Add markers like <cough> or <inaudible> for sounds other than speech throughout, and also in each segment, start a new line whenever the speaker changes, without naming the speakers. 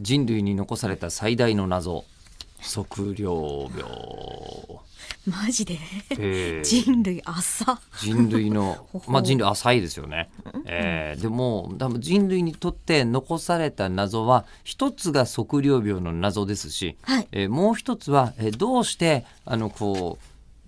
人類に残された最大の謎測量病、
マジで
えー
人類浅っ
人類の
ほほ
まあ人類浅いですよね、えーでも多分人類にとって残された謎は一つが測量病の謎ですし、
はい
えーもう一つは、えーどうしてあのこ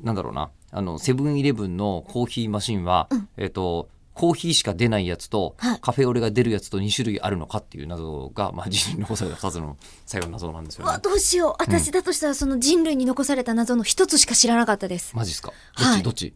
うなんだろうなあのセブンイレブンのコーヒーマシンは、えっ、とコーヒーしか出ないやつと、
はい
カフェオレが出るやつと2種類あるのかっていう謎が、まあ、人類に残された2つの最後の謎なんですよ
わ
ね。
どうしよう私だとしたらその人類に残された謎の一つしか知らなかったです
マジっすかどっち、
はい
どっち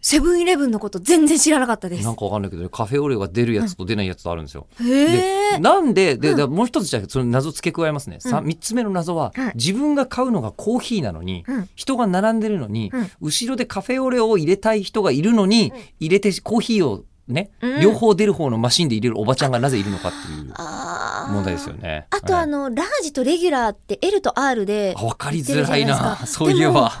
セブンイレブンのこと全然知らなかったです
なんかわかんないけどカフェオレが出るやつと出ないやつとあるんですよ。
へ
で
え
なんでで、だからもう一つじゃあその謎付け加えますね、さ三3つ目の謎は、
はい
自分が買うのがコーヒーなのに、
うん
人が並んでるのに、
うん
後ろでカフェオレを入れたい人がいるのに、入れてコーヒーをね、
うん
両方出る方のマシンで入れるおばちゃんがなぜいるのかっていう
あー
問題ですよね。
あとあ
の、
の、ラージとレギュラーって L と R で
あ分かりづらいな
出てるじゃないですか
そういえば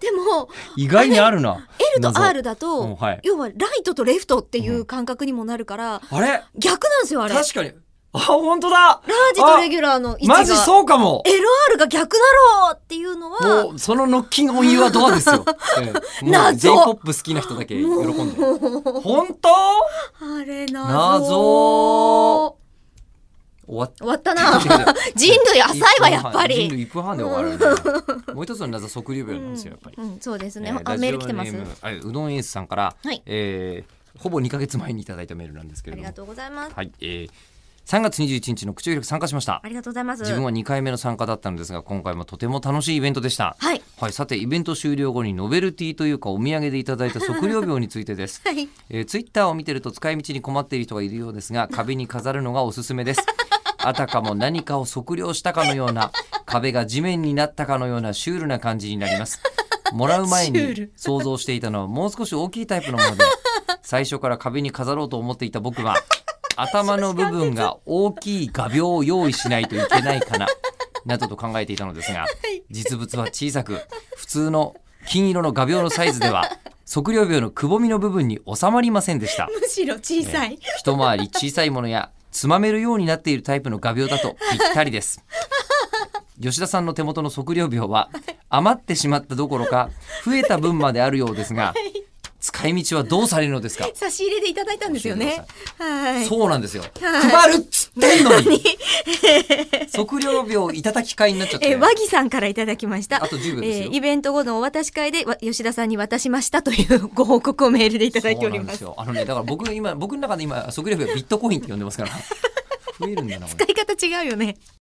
でも
意外にあるな
L と
謎
R だと、
うんはい
要はライトとレフトっていう感覚にもなるから、
あれ
逆なんですよあれラー
確かにあ本当だ
ジとレギュラーの位置が
マジそうかも
LR が逆だろうっていうのは
もうそのノッキンオンユアドアです
<laughs>
よ。ええもう J
謎
ポップ好きな人だけ喜んでる。本当？
あれ謎
謎終わっ
終わったな
た。
人類浅いわやっぱ
人
り、
類一分半で終わる、ね。もう一つの謎測量病なんですよやっぱり。
うん、そうですね、
えー
あメール来てま。
ラ
す
ジオネームあうどんエースさんから、
はい
えーほぼ2ヶ月前にいただいたメールなんですけ
あ
れ
り
ど
が
も、
とうございます、
はい、えー、3月21日の口を力参加しました
あ。りがとうございます
自分は2回目の参加だったのですが、今回もとても楽しいイベントでした。
はい、
はい、さてイベント終了後にノベルティというかお土産でいただいた測量病についてです
<laughs> はい
えー、ツイッターを見てると使い道に困っている人がいるようですが壁に飾るのがおすすめですあたかも何かを測量したかのような壁が地面になったかのようなシュールな感じになりますもらう前
シュー
に
ル
想像していたのはもう少し大きいタイプのもので最初から壁に飾ろうと思っていた僕は頭の部 <laughs> 分が大きい画鋲を用意しないといけないかななどと考えていたのですが実物は小さく普通の金色の画鋲のサイズで <laughs> は測量鋲のくぼみの部分に収まりませんでした
むしろ小さい、
一回り小さいものやつまめるようになっているタイプの画鋲だとぴったりです吉田さんの手元の測量鋲は余ってしまったどころか増えた分まであるようですが使い道はどうされるのですか
差し入れでいただいたんですよねはい
そうなんですよ配るっつってんのに測量鋲いただき会になっちゃって
えー和木さんからいただきました。
あと10秒ですよ
えーイベント後のお渡し会でわ吉田さんに渡しましたというご報告をメールでいただいております。
そうなんですよあのね、だから僕
<laughs>
今僕の中で今測量費はビットコインって呼んでますから。増えるんだなこれ。
使い方違うよね。